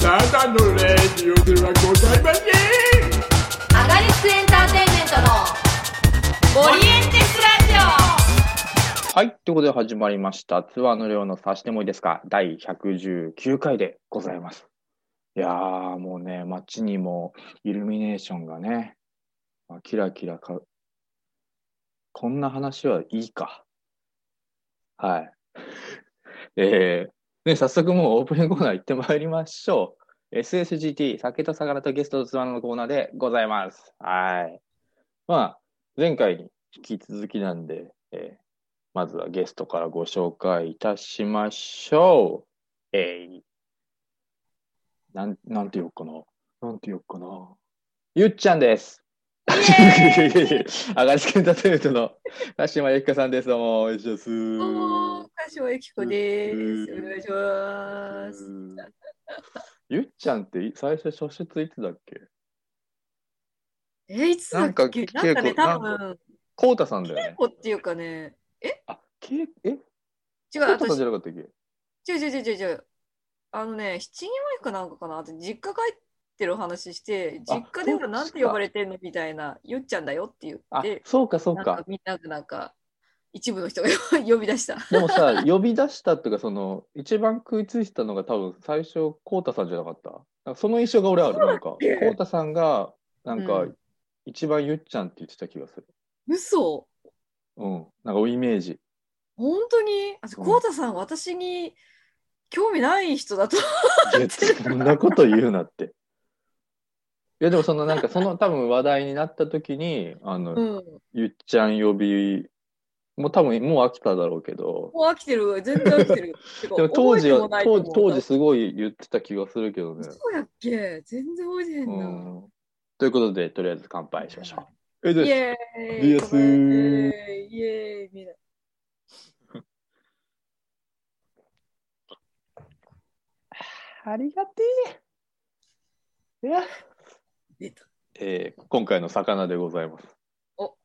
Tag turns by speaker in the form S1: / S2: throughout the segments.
S1: ただのレディオではございません
S2: アガリスクエンターテインメントのオリエンテスラジオ
S3: はい。ということで始まりました。ツアーの量の差してもいいですか第119回でございます。いやー、もうね、街にもイルミネーションがね、まあキラキラか、こんな話はいいか。はい。えー、ね、早速もうオープニングコーナー行ってまいりましょう。SSGT、酒と魚とゲストとツアーのコーナーでございます。はい。まあ、前回に引き続きなんで、えーまずはゲストからご紹介いたしましょう。えい。なん、なんて言おうかな。なんて言おうかな。ゆっちゃんです。 あがりスケンターテイメントの鹿島由紀香さんです。どうも、お願いします。
S4: どうも、柏ゆきこです。お願いします。
S3: ゆっちゃんってい最初初出いつだっけ
S4: えー、いつだっけなん
S3: なか
S4: んかね、
S3: 結構
S4: 多分、
S3: こうたさんだよ
S4: 稽
S3: ね。
S4: 古っていうかね、
S3: あ、けいえ、こ
S4: 違う、
S3: うたさん
S4: 私、
S3: じ
S4: 違
S3: ゃなかったっけ
S4: う違う違う違う、あのね、七人前かなんかかな、あと実家帰ってる話して、
S3: あ
S4: 実家で
S3: そ
S4: は
S3: う
S4: なんて呼ばれてんのみたいな、よっちゃんだよって言っ
S3: あ
S4: て、、
S3: そうかそう
S4: なん
S3: か
S4: か。みんながなんか、一部の人が呼び出した。
S3: でもさ、呼び出したっていうか、その、一番食いついてたのが多分最初、コウタさんじゃなかった。なんかその印象が俺ある。なんか、コ
S4: け
S3: ウタさんが、なんか、
S4: うん
S3: 一番ゆっちゃんって言ってた気がする。
S4: 嘘
S3: うん。なんか、おイメージ。
S4: 本当にあ、
S3: うん
S4: こうたさん、私に興味ない人 だと。
S3: いやそんなこと言うなって。いや、でもその、なんか、その多分話題になった時に、あの、
S4: うん。
S3: ゆっちゃん呼び、もう多分、もう飽きただろうけど、
S4: もう飽きてる、全然飽きて る。てか
S3: でも当時は、
S4: 覚えてもな
S3: 当
S4: いと
S3: 時、
S4: 思う
S3: 当時すごい言ってた気がするけどね。
S4: そうやっけ全然覚えてへんな。
S3: うんということで、とりあえず乾杯しましょう。え
S4: イ
S3: で、
S4: エーイ
S3: リアスー
S4: イエーイみんな
S3: ありがてえ。
S4: 出た。
S3: えー今回の魚でございます。
S4: お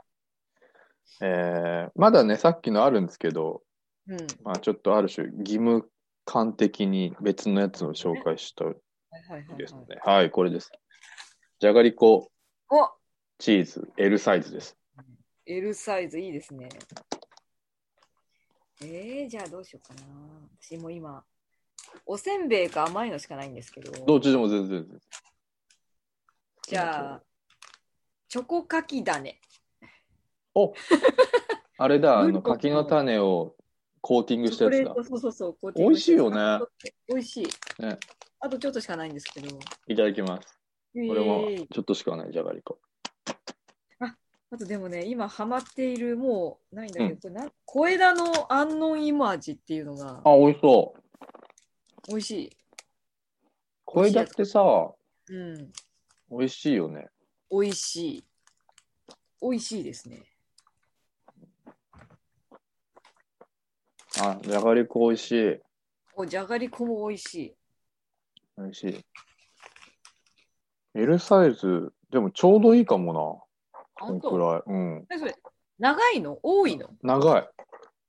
S3: えーまだね、さっきのあるんですけど、
S4: うん。はい
S3: まあ、ちょっとある種、義務感的に別のやつを紹介したい
S4: はいはい、
S3: ですね
S4: はい。。
S3: はい、これです。じゃがりこ
S4: お
S3: チーズ L サイズです。
S4: L サイズいいですね。えー、じゃあどうしようかな。私もう今、おせんべいか甘いのしかないんですけど、
S3: どっちでも全然全然。
S4: じゃあ、チョコかきだね。
S3: あれだ、あの、
S4: 文庫
S3: 柿の種をコーティングし
S4: チ
S3: た
S4: ョコ
S3: や
S4: レ
S3: つ
S4: ー
S3: だ
S4: ト、。そうそうそう、こう
S3: 美味しいよね。
S4: 美味しい。
S3: ね
S4: あとちょっとしかないんですけど。
S3: いただきます。これも
S4: イエーイ
S3: ちょっとしかないじゃがりこ。
S4: あとでもね、今ハマっている、もうないんだ
S3: う
S4: け
S3: ん
S4: ど、これなん、小枝の安納芋味っていうのが
S3: あ、美味しそう。
S4: 美味しい。
S3: 小枝ってさ、
S4: うん、
S3: 美味しいよね。
S4: 美味しい。美味しいですね。
S3: あ、じゃがりこ美味しい。
S4: おじゃがりこも美味しい。
S3: 美味しい。L サイズ、でもちょうどいいかもな。こ
S4: あ
S3: のく
S4: と、
S3: らい。うん。
S4: えそれ、長いの多いの
S3: 長い。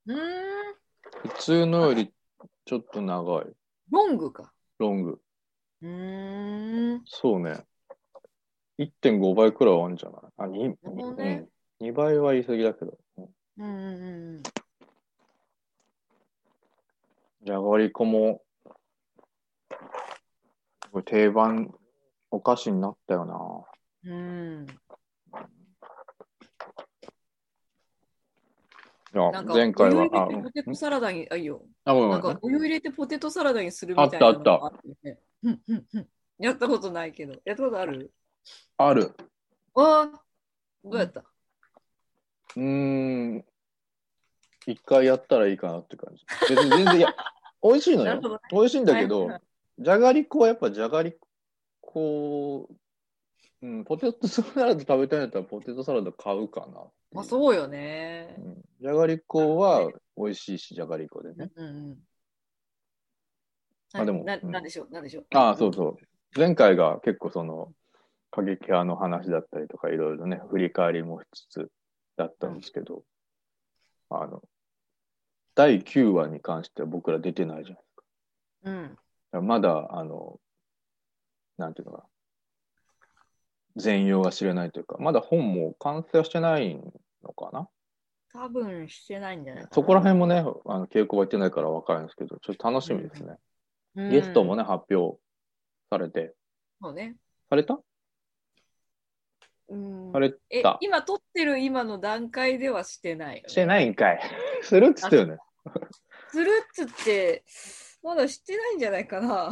S4: うーん、
S3: 普通のよりちょっと長い。
S4: ロングか。
S3: ロング。
S4: うーん、
S3: そうね。1.5倍くらいはあるんじゃないあ、2、
S4: なるほどね
S3: うん、2倍は言い過ぎだけど。うん
S4: うんうんうん。
S3: じゃがりこも、これ定番お菓子になったよな。
S4: うん、
S3: いや
S4: なんか
S3: 前回は、あ、
S4: お湯入れてポテトサラダに、あ、いいよ。
S3: あ、ごめん
S4: な
S3: ご
S4: ん
S3: め
S4: か、
S3: ん
S4: お湯入れてポテトサラダにするみたいなのがあったよね。うんうんうんやったことないけど、やったことある
S3: ある。
S4: ああ、どうやった、
S3: うーん。一回やったらいいかなって感じ。別に全然、いや、 美味しいの
S4: なるほど
S3: よ
S4: ね。
S3: 美味しいんだけど
S4: はい、
S3: じゃがりこはやっぱじゃがりこ、うん、ポテトサラダ食べたいんだったらポテトサラダ買うかな。
S4: まあそうよね
S3: う。んじゃがりこは美味しいし、じゃがりこでね。
S4: うんうん。
S3: あでも
S4: な
S3: うん
S4: なんでしょう、なんでしょう。
S3: ああ、そうそう。前回が結構その、過激派の話だったりとか、いろいろね、振り返りもしつつだったんですけど、あの、第9話に関しては僕ら出てないじゃん。だか
S4: うん。
S3: らまだ、あの、なんていうのか、全容が知れないというか、まだ本も完成はしてないのかな。
S4: 多分してないんじゃないかな
S3: そこら辺もね、あの稽古場行ってないから分かるんですけど、ちょっと楽しみですね。ゲストも
S4: ね。
S3: ね、発表されて、
S4: そうね。
S3: された
S4: うん
S3: され
S4: え
S3: た。
S4: 今撮ってる今の段階ではしてないよね。
S3: してないんかい。 するっつったよね。
S4: するっつって、まだしてないんじゃないかな。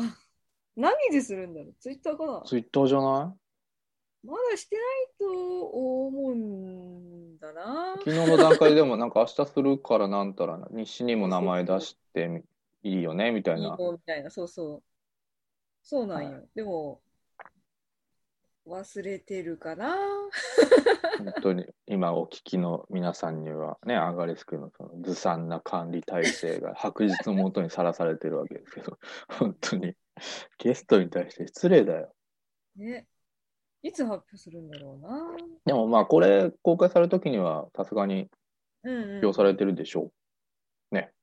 S4: 何でするんだろうツイッターかな
S3: ツイッターじゃな。
S4: まだしてないと思うんだない
S3: 昨日の段階でもなんか明日するからなんたらな、日誌にも名前出してみいいよねみたい
S4: いい
S3: な。
S4: のみたいな、そうそう。そうなんよ。でも、忘れてるかな
S3: 本当に今お聞きの皆さんにはね、アガリスクのそのずさんな管理体制が白日のもとにさらされてるわけですけど、 本当にゲストに対して失礼だよ。
S4: ね。いつ発表するんだろうな
S3: でもまあこれ公開されるときにはさすがに
S4: うん、うん。
S3: 発表されてるでしょ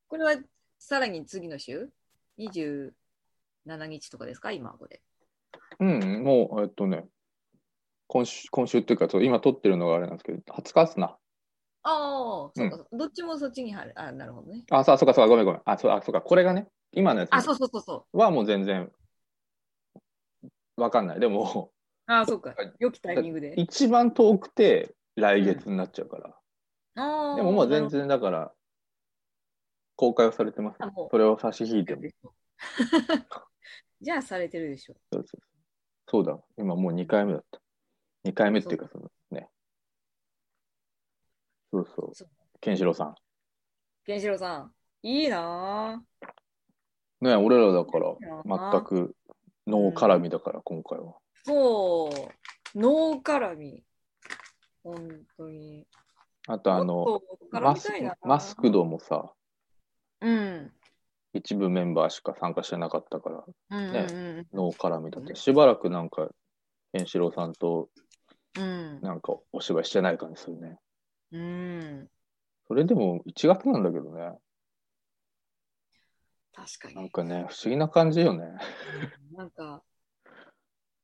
S4: これはさらに次の週 ?27 日とかですか今これ。
S3: う。うん、もうえっとね、今週、今週っていうか、そう今撮ってるのがあれなんですけど、20日っすな。
S4: ああ、そうか、どっちもそっちに入る。あなるほどね。
S3: あ、そう、そうか、そうか、ごめん、ごめん。あ、そう、あ、そうか、これがね、今のやつ
S4: あ、そうそうそうそう。
S3: はもう全然、わかんない。でも、
S4: ああ、そうか。良きタイミングで。
S3: 一番遠くて来月になっちゃうから。
S4: ああ。
S3: でももう全然、だから、公開はされてます
S4: あ。もう
S3: それを差し引いても。
S4: じゃあされてるでしょ。
S3: そうそうそうだ、今もう2回目だった。2回目っていうか、そのね。そうそう
S4: そう。
S3: ケンシロウさん。
S4: ケンシロウさん、いいな
S3: ね、俺らだから
S4: いいな、
S3: 全くノー絡みだから、今回は。
S4: ぁ。そう、脳絡み。本当に。
S3: あと、あの、
S4: もっと絡
S3: マ
S4: み
S3: ス
S4: たいな。
S3: マスクドもさ、
S4: うん。
S3: 一部メンバーしか参加してなかったから、
S4: うんうんうん
S3: ノー絡みだって、しばらくなんか、ケンシロウさんと
S4: うん
S3: なんかお芝居してない感じするね。
S4: うん
S3: それでも1月なんだけどね、
S4: 確かに
S3: なんかね、不思議な感じよね。
S4: なんか、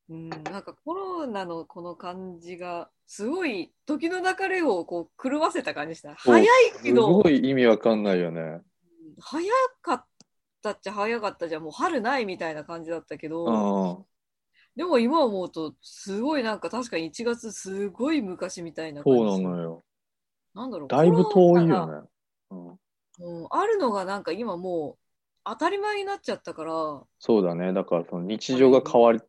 S4: うん、なんかコロナのこの感じが、すごい時の流れをこう狂わせた感じした。早いけ
S3: す
S4: ど、
S3: ごい意味わかんないよね。
S4: 早かったっちゃ早かったじゃん、もう春ないみたいな感じだったけど、
S3: うん。
S4: でも今思うと、すごいなんか確かに1月、すごい昔みたいな感じ
S3: そうなのよ。
S4: なんだろう、
S3: だいぶ
S4: コロ
S3: 遠い
S4: ナが
S3: よね。うん、
S4: うんあるのがなんか今もう当たり前になっちゃったから、
S3: そうだね。だからその日常が変わり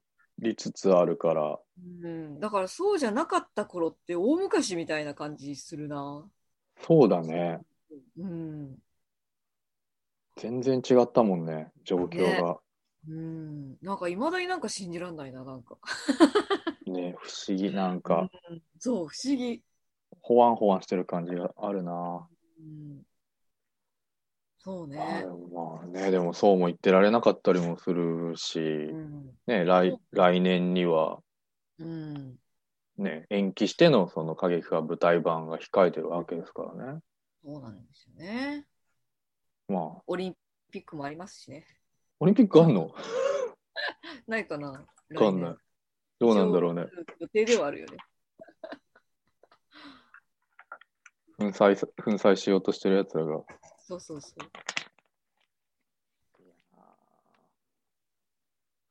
S3: つつあるから、
S4: うん、だからそうじゃなかった頃って大昔みたいな感じするな。
S3: そうだね。
S4: うん。
S3: 全然違ったもんね、状況が。
S4: うん。なんかいまだになんか信じらんないな、なんか。
S3: ね不思議。なんか、
S4: そう、不思議。
S3: ほわんほわんしてる感じがあるな。
S4: うん、そう
S3: あ
S4: ね
S3: で。もまあね、でもそうも言ってられなかったりもするし
S4: う、ん。
S3: ね、来来年には、
S4: うん。
S3: ね、延期してのその過激派舞台版が控えてるわけですからね。
S4: そうなんですよね。
S3: まあ、
S4: オリンピックもありますしね。
S3: オリンピックあんのわ
S4: ないかな。
S3: かんない。どうなんだろうね
S4: 来。年。予定ではあるよね。
S3: 粉砕さ、粉砕しようとしてる奴らが。
S4: そうそうそう。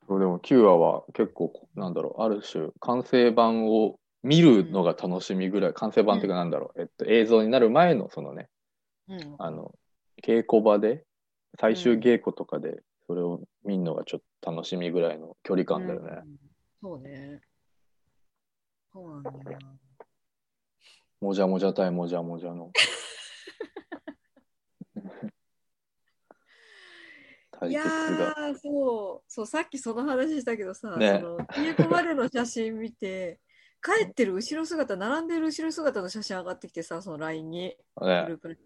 S3: そうでも、キュアは結構、なんだろう、ある種、完成版を見るのが楽しみぐらい、完成版っていうかなんだろう、えっと、映像になる前のそのね、
S4: うん。
S3: あの、稽古場で、最終稽古とかで、それを見るのがちょっと楽しみぐらいの距離感だよね。
S4: うんそうね。そうなんだよな。
S3: もじゃもじゃ対もじゃもじゃの。対
S4: いや
S3: 決が。
S4: ーそうそうさっきその話したけどさ、
S3: ね
S4: その稽古までの写真見て帰ってる後ろ姿並んでる後ろ姿の写真上がってきてさその LINE にグ
S3: ね、
S4: ループに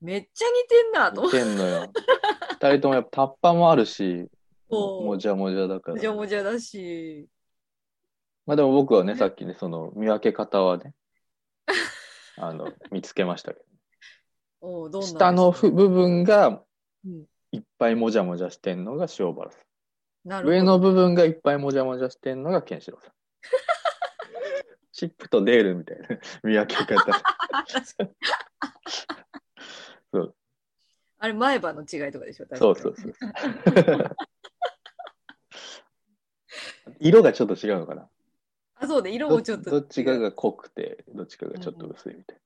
S4: めっちゃ似てんなと思
S3: 似
S4: って
S3: んのよ。二人ともやっぱタッパもあるし、
S4: そう
S3: もじゃもじゃだか
S4: もじゃ
S3: ら。
S4: もじゃだし
S3: まあでも僕はね、さっきね、その見分け方はね、 あの、見つけましたけ
S4: おうどん
S3: ど、
S4: な
S3: 下のふ部分が
S4: うん
S3: いっぱいもじゃもじゃしてんのが塩原さん。
S4: なる
S3: 上
S4: ほ
S3: の
S4: ど。
S3: 部分がいっぱいもじゃもじゃしてんのがケンシロウ さん。チップとデールみたいな見分け方。そう
S4: あれ、前歯の違いとかでしょ
S3: そうそうそう。 色がちょっと違うのかな
S4: あ、そうで、色
S3: ど
S4: もちょっと。
S3: どっちかが濃くて、どっちかがちょっと薄いみたい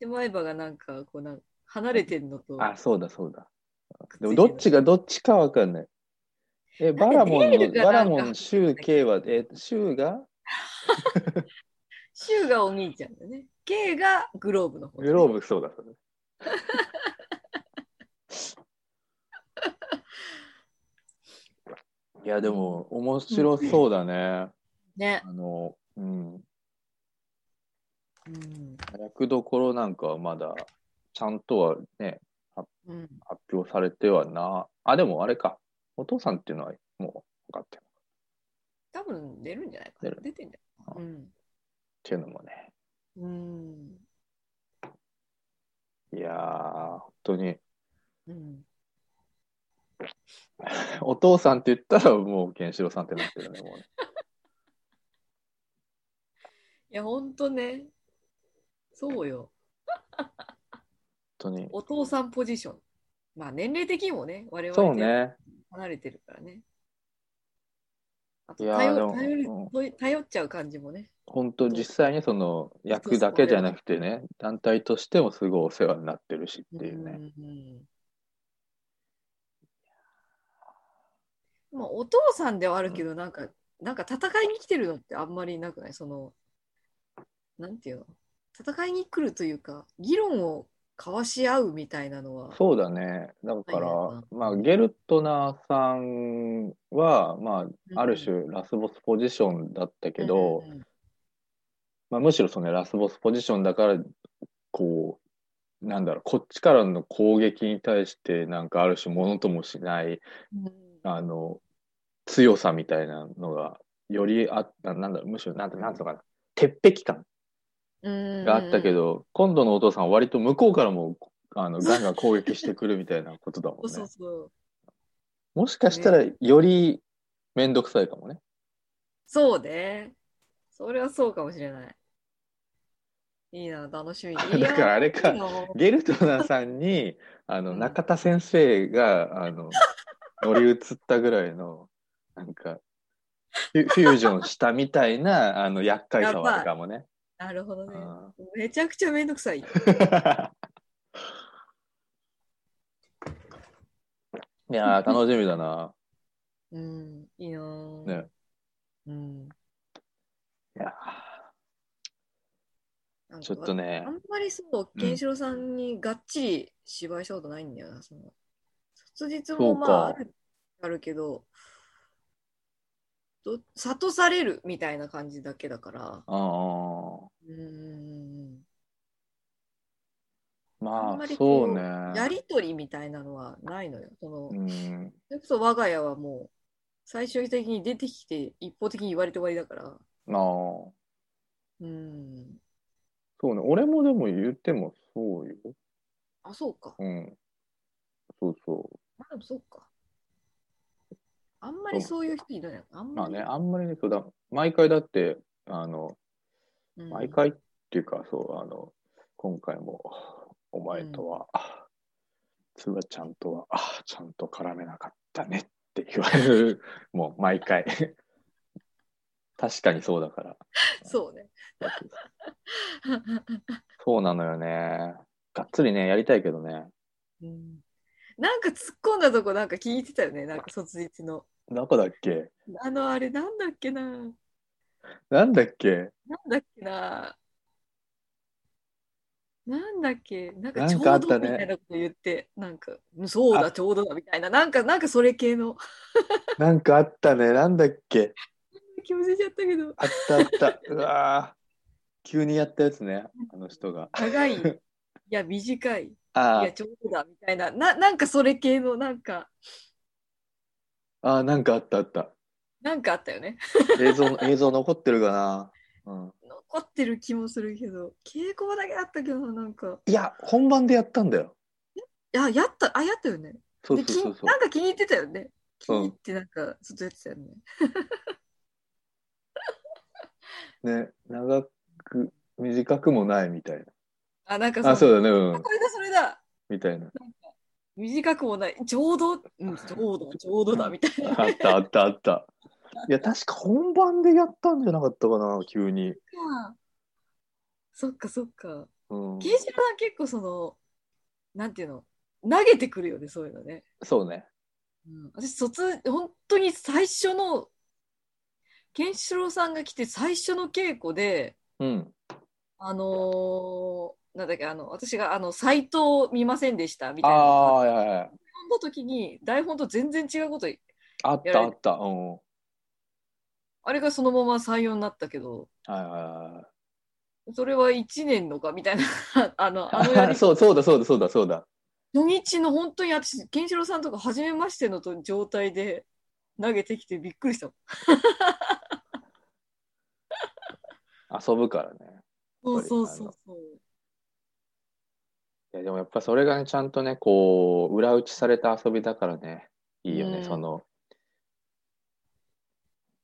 S4: で前歯がなんか、こうなん離れてんのと。
S3: な。あ、そうだそうだ。
S4: くっついて
S3: で
S4: る
S3: も
S4: の
S3: どっちがどっちかわかんない。え、バラモン
S4: デー
S3: の、
S4: ルが
S3: バラ
S4: なんか
S3: モン、シュウ、ケイは、え、シュウが
S4: シューがお兄ちゃんだね。K がグローブの方。
S3: グローブ、そうだ そうだ。いや、でも、面白そうだね。
S4: ね。
S3: あの、うん。
S4: うん。
S3: 役どころなんかはまだ、ちゃんとはね、
S4: うん、
S3: 発表されてはな。あ、でもあれか。お父さんっていうのはもう分かってる。
S4: 多分出るんじゃないか
S3: 出
S4: な。
S3: る
S4: 出てんじゃないかな。うん。
S3: っていうのもね。
S4: うん。
S3: いやー、本当に、
S4: うん。
S3: お父さんって言ったらもう、ケンシロウさんってなってるね、もうね。
S4: いや、ほんとね。そうよ。
S3: 本当に。
S4: お父さんポジション。まあ、年齢的にもね、我々
S3: そう
S4: と
S3: ね。
S4: 離れてるからね。あと
S3: いやー
S4: 頼
S3: でも
S4: 頼る
S3: うん
S4: 頼頼っちゃう感じもね。
S3: 本当実際にその役だけじゃなくてね団体としてもすごいお世話になってるしっていうね、
S4: うんうんまあ、お父さんではあるけど、なんか、なんか戦いに来てるのってあんまりなくないその、なんていうの戦いに来るというか、議論を交わし合うみたいなのは。
S3: そうだねだから、
S4: はい
S3: まあゲルトナーさんはまあある
S4: うん
S3: 種ラスボスポジションだったけど、
S4: うんうん
S3: まあ、むしろそのラスボスポジションだからこうなんだろうこっちからの攻撃に対してなんかある種ものともしない
S4: うん
S3: あの強さみたいなのがよりあななんだろうむしろなんてなんていうのかな鉄壁感
S4: うん
S3: があったけ
S4: ど、
S3: ど、今度のお父さんは割と向こうからもあのガンガン攻撃してくるみたいなことだもんね。
S4: そうそう
S3: もしかしたらより面倒くさいかもね。
S4: そうね。それはそうかもしれない。いいな、楽 しみ。いや
S3: だからあれか
S4: いいな
S3: ゲルトナーさんにあの
S4: うん
S3: 中田先生があの乗り移ったぐらいのなんかフュフュージョンしたみたいなあの厄介さはあるかもね。
S4: なるほどね
S3: う。ん
S4: めちゃくちゃめんどくさい。
S3: いやー楽しみだな。
S4: うん、いいなぁ
S3: ね。
S4: うん。
S3: いや
S4: な
S3: ー
S4: ん
S3: ちょっ
S4: か
S3: とね
S4: あ。んまりそう、ケンシロウさんにがっちり芝居したことないんだよな、その。卒日もまあ
S3: そうか
S4: あるあるけど、ど諭されるみたいな感じだけだから。
S3: あー
S4: うん。あ
S3: ま
S4: んま
S3: あ
S4: り
S3: そ
S4: こ
S3: う
S4: う
S3: ね。
S4: やりとりみたいなのはないのよ。その
S3: うん、
S4: それこそ我が家はもう、最終的に出てきて一方的に言われて終わりだから。
S3: なあそ
S4: うん。
S3: うね俺もでも言ってもそうよ。
S4: あ、そうか。
S3: うん。そうそ
S4: まあでもそうか。あんまりそういう人いないよね。あん
S3: う。ま
S4: ま
S3: あ
S4: り。
S3: ねあんまりねそうだ毎回だってあの
S4: うん
S3: 毎回っていうか、そうあの今回もお前とは、つばちゃんとはあちゃんと絡めなかったねって言われるもう毎回確かにそうだから
S4: そうね。
S3: そうなのよねがっつりねやりたいけどね
S4: うんなんか突っ込んだとこなんか聞いてたよね。なんか卒日の。
S3: どこだっけ
S4: あのあれなんだっけな。なん
S3: なんだっけ
S4: だっけな。なんだっけなんか
S3: な
S4: ち
S3: ん
S4: ょう
S3: かあ
S4: ど
S3: っ
S4: み
S3: た
S4: た
S3: ね
S4: いなこと言って、なんか、うんそうだ、ちょうどだみたいな、なんか、なんかそれ系の
S3: なんかあったね。なんだっけ
S4: 気持ちちゃったけど、
S3: あったあった。うわー急にやったやつね。あの人が。
S4: 長 い、いや、短い、い
S3: あ
S4: や、ちょうどだみたいな、ななんかそれ系の、なんか、
S3: あ、あーなんかあったあった。
S4: なんかあったよね。
S3: 映像、映像残ってるかな。うん、
S4: 残ってる気もするけど稽古場だけだったけどななんか
S3: いや、本番でやったんだよ。
S4: いややったあやったよね
S3: そうそうそう
S4: で
S3: そ
S4: き
S3: う。
S4: なんか気に入ってたよねキーってなんかずっとやってたよね。
S3: ね、長く、短くもないみたい
S4: あ、なんか
S3: な。あ、そう
S4: う
S3: だね、う
S4: あ
S3: ん。
S4: これだそれだ
S3: みたいな。
S4: 短くもない。ちょうど、うん、ちょうど、ちょうどだみた いな。
S3: あったあったあった。いや、確か本番でやったんじゃなかったかな、急に。
S4: そっかそっか。
S3: うん
S4: ケ、イシロさん結構その、なんていうの、投げてくるよね、そういうのね。
S3: そうね。
S4: うん、私、卒、本当に最初の、ケンシロウさんが来て最初の稽古で、
S3: うん。
S4: あのーなんだっけ、あの、私が、あの、サイトを見ませんでした、み
S3: あ
S4: たいなの
S3: あ
S4: が。
S3: ー、はいはいはい。
S4: の時に、台本と全然違うこと、
S3: あったあった。うん。はい
S4: あれがそのまま採用になったけど、
S3: はいは
S4: それは1年のか、みたいな、 あの、あの
S3: い
S4: や
S3: は
S4: り
S3: い。 そう、そうだそうだそうだそうだ。
S4: 初日の本当に私、ケンシロウさんとか初めましてのと状態で投げてきてびっくりしたもん。
S3: 遊ぶからね。
S4: そう
S3: り
S4: そうそうそう。
S3: いや、でもやっぱそれがね、ちゃんとね、こう、裏打ちされた遊びだからね、いいよね、
S4: うん
S3: その、本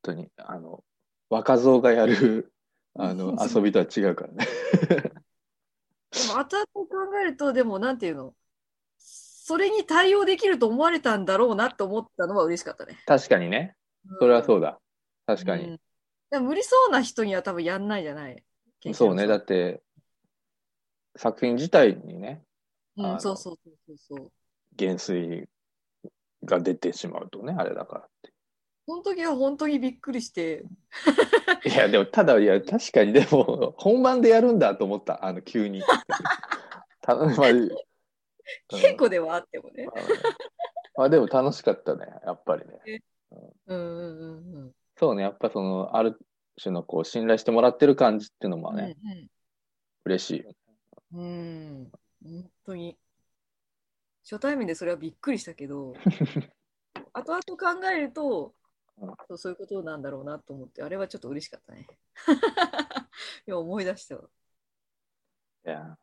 S3: 当に、あの、若造が やる、あの、
S4: そう
S3: 遊びとは違うか らね。
S4: でも後々考えると、でもなんていうの、それに対応できると思われたんだろうなと思ったのは嬉しかったね。
S3: 確かにね。それは
S4: う
S3: そ
S4: ん
S3: うだ。確かに。
S4: うんでも無理そうな人には多分やんないじゃない。
S3: そうね、だ
S4: っ
S3: って、作品自体にね、
S4: う
S3: あの
S4: ん、そうそうそうそうそう。
S3: 減衰が出てしまうとね、あれ だか
S4: その時は本当にびっくりして、
S3: らって。いや、でも、ただ、いや、確かに、でも、本番でやるんだと思った、あの、急に。たまあ
S4: 稽古ではあってもね。
S3: うんあ、でも楽しかったね、やっぱりね。
S4: うんうんうんうん。
S3: そうね、やっぱその、ある種のこう、信頼してもらってる感じっていうのもね、嬉しいよね。
S4: うんうん、うん、本当に。初対面でそれはびっくりしたけ ど、後々考えると
S3: うん、
S4: そうそういうことなんだろうなと思って、あれはちょっと嬉しかったね。 いや、思い出したわ。
S3: いや。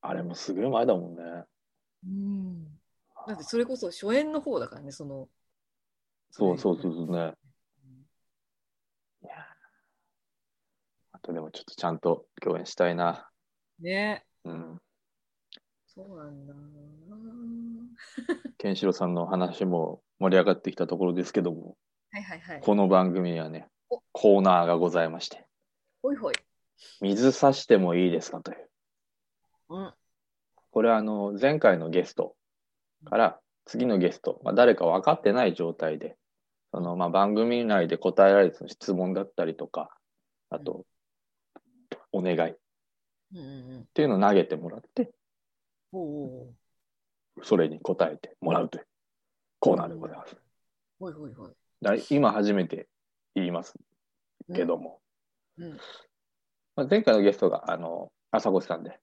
S3: あれもすごい前だもんね。
S4: うん。だってそれこそ初演の方だからね、その。。
S3: そうそうそううそうね。いやーあとでもちょっとちゃんと共演したいな。
S4: ね。
S3: うん。
S4: そうなんだな。
S3: ケンシロウさんの話も盛り上がってきたところですけども、
S4: はいはいはい。
S3: この番組にはね
S4: お、
S3: コーナーがございまして、
S4: ほいほい。
S3: 水差してもいいですかという。
S4: うん。
S3: これはあの、前回のゲストから次のゲスト、まあ、誰か分かってない状態で、そのまあ番組内で答えられる質問だったりとか、あと、お願いっ
S4: うんうんうん。
S3: ていうのを投げてもらって、
S4: おお。
S3: それに答えてもらうというコーナーでございます。
S4: ほいほいほい。
S3: だ今初めて言いますけども、
S4: うんうん
S3: まあ、前回のゲストがあの朝越さんで、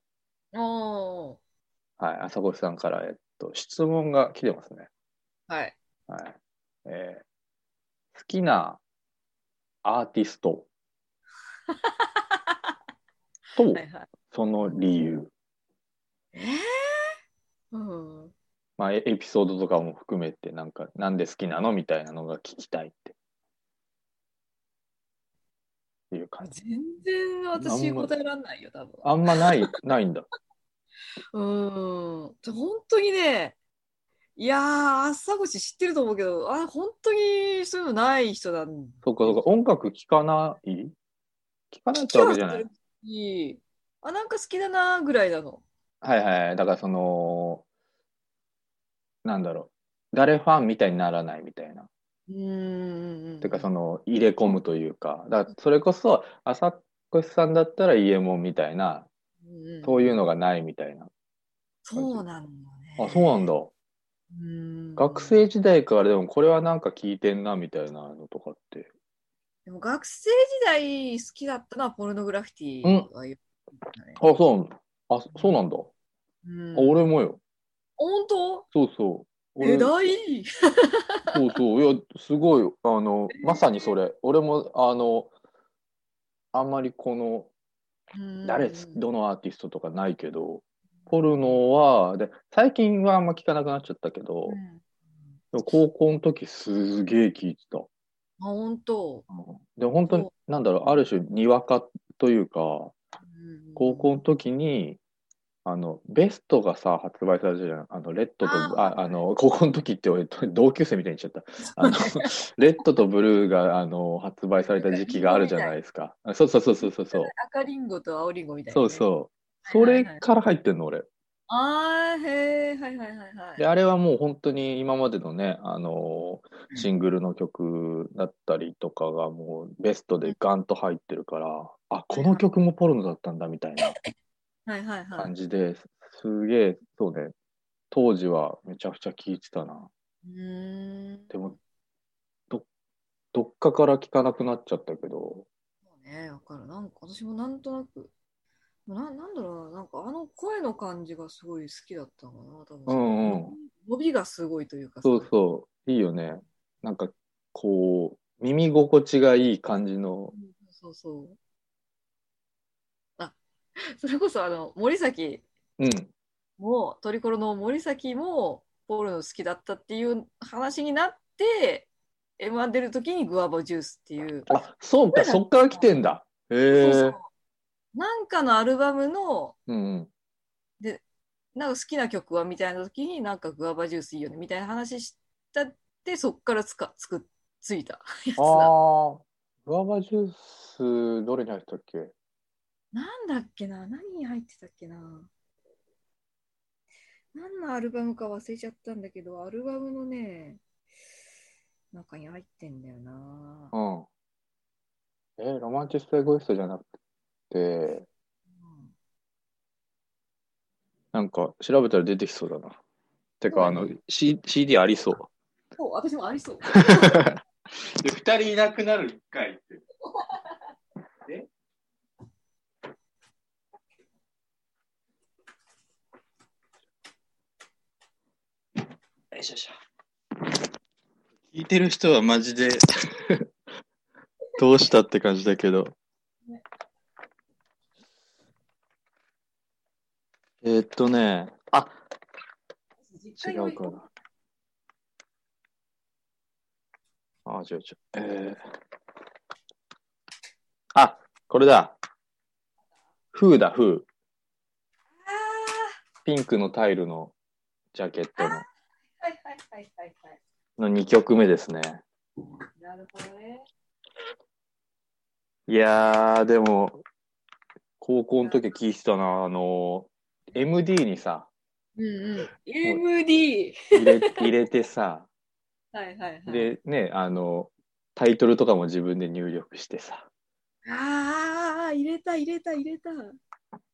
S4: お
S3: はい、朝越さんから、えっと、質問が来てますね。
S4: ーはい。
S3: はいえー好きなアーティ ストと
S4: はいはい。
S3: その理由、
S4: えー、うん。
S3: まあ、エエピソードとかも含めてなんかなんで好きなのみたいなのが聞きたいって。っていう感じ。
S4: 全然私
S3: なんも
S4: 答えられないよ、多分。
S3: あんまない、 ないんだ。
S4: うん。本当にね、いやー、朝越知ってると思うけど、あ、本当にそういうのない人なん
S3: そうか、そうか、音楽聴かない聴かないってわけじゃない。
S4: い。あ、なんか好きだなぐらいなの。
S3: はいはいはい。だからその、なんだろう。誰ファンみたいにならないみたいな。
S4: うん。
S3: てかその、入れ込むというか。だからそれこそ、浅越さんだったら家もみたいな、
S4: うん
S3: そういうのがないみたいな。
S4: そうなんだね。
S3: あ、そうなんだ。
S4: うん。
S3: 学生時代からでもこれはなんか聞いてんなみたいなのとかって。
S4: でも学生時代好きだったのはポルノグラフィティはよく聞いたね
S3: あ、そうなんだ。あ、そうなんだ。
S4: うん
S3: あ俺もよ。
S4: 本当
S3: そうそう。俺
S4: えらい
S3: そうそう、いや、すごい、あの、まさにそれ、俺も、あの、あんまりこの、誰つ、どのアーティストとかないけど、ポルノは、で、最近はあんま聞かなくなっちゃったけど
S4: う、ん
S3: でも高校の時すげえ聞いてた。
S4: あ、本当。
S3: で、本当に
S4: そ、
S3: なんだろう、ある種、にわかというか、
S4: うん
S3: 高校の時に、あの、ベストがさ、発売されたじゃん。あの、レッドと、あ
S4: あー
S3: あの、高校の時って俺、同級生みたいに言っちゃった。 あの、レッドとブルーが、あの、発売された時期があるじゃないですか。あそうそうそうそうそうそう。
S4: 赤リンゴと青リンゴみたいな、
S3: そう
S4: ね。う。
S3: そう。そ
S4: はいはいは
S3: れ
S4: い
S3: から入ってんの、俺。
S4: あー、へー、はいはいはいはい。
S3: で、あれはもう本当に今までのね、あのーシングルの曲だったりとかがもうベストでガンと入ってるから、あ、この曲もポルノだったんだみたいな
S4: はいはいはい。
S3: 感じで、すげえ、そうね、当時はめちゃくちゃ聴いてたな。
S4: うーん。
S3: でも、ど、どっかから聴かなくなっちゃったけ
S4: そ
S3: ど、
S4: うね、わかる。なんか私もなんとなく、ななんだろうな、なんかあの声の感じがすごい好きだったのかな、多分。
S3: うんうん
S4: 伸びがすごいというかさ
S3: そうそう、いいよね。なんか、こう、耳心地がいい感じの、
S4: そうそう。あ、 それこそあの、森崎
S3: うん、
S4: も、トリコロの森崎も、ポールの好きだったっていう話になって、M1 出るときにグアバジュースっていう。
S3: あ、そうか、そっから来てんだ。へえ、
S4: そうそうなんかのアルバムの、
S3: うんうん。
S4: なんか好きな曲はみたいなときに、なんかグアバジュースいいよねみたいな話したって、そっからつか、つく、ついた やつだ。
S3: ああ、グアバジュース、どれに入ってたっけ
S4: なんだっけな何に入ってたっけな何のアルバムか忘れちゃったんだけど、アルバムのね、中に入ってんだよな
S3: う。ん。え、ロマンチストエゴイストじゃなくて、なんか調べたら出てきそうだな。てか、あの、C、CD ありそう。
S4: そう、私もありそう。
S3: で、2人いなくなる1回って。えよいしょよいしょ。聞いてる人はマジ でどうしたって感じだけど。えーっとね、あ
S4: 実
S3: 違
S4: 家
S3: う
S4: に
S3: かな。あ、違う違う。えー、あ、これだ。フーだ、フー。
S4: あ
S3: ピンクのタイルのジャケット
S4: ーはいはいはいはいはい。
S3: のの2曲目ですね。
S4: なるほどね。
S3: いやー、でも、高校の時聞いてたな、あの、MD にさ、
S4: うんうん。MD!
S3: 入 れ入れてさ、
S4: はいはいはい。
S3: で、ね、あの、タイトルとかも自分で入力してさ。
S4: ああ、入れた入れた入れた。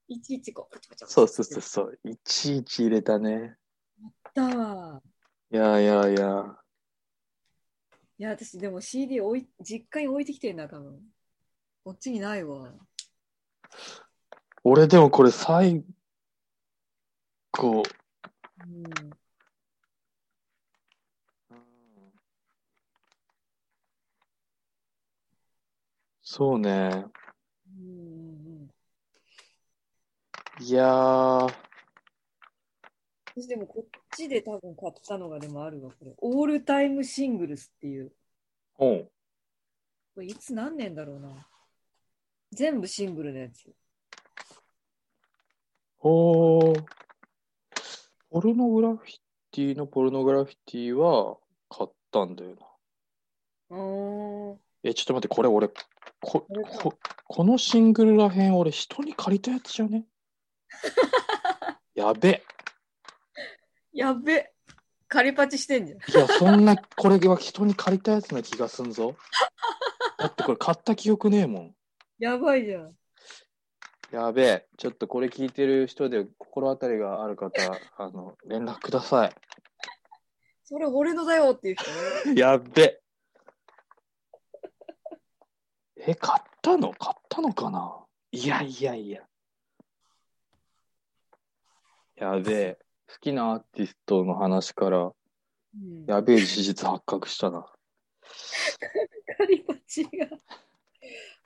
S4: いちいちこう、パチパチパチ
S3: そうそうそうそう、いちいち入れたね。
S4: だわ。
S3: いやいやいや。
S4: いや、私でも CD 置い実家に置いてきてんだ、多分。こっちにないわ。
S3: 俺でもこれ最後、
S4: うん。
S3: そうね。
S4: うんうんうん。
S3: いやー、
S4: 私でもこっちで多分買ったのがでもあるわ、これ。オールタイムシングルスっていう。
S3: うん。
S4: これいつ何年だろうな。全部シングルのやつ。
S3: おー。ポルノグラフィティのポルノグラフィティは買ったんだよな。
S4: あー
S3: え、ちょっと待って、これ俺、こ、
S4: れか
S3: こ、このシングルらへん俺人に借りたやつじゃねやべ。
S4: やっべ。カリパチしてんじゃん。
S3: いや、そんな、これは人に借りたやつな気がすんぞ。だってこれ買った記憶ねえもん。
S4: やばいじゃん。
S3: やべえ、ちょっとこれ聞いてる人で心当たりがある 方、あの、連絡ください。
S4: それ俺のだよっていう人ね。
S3: やっべえ。え、買ったの買ったのかないやいやいや。やべえ、好きなアーティストの話から、
S4: うん
S3: やべえ事実発覚したな。
S4: カリパチが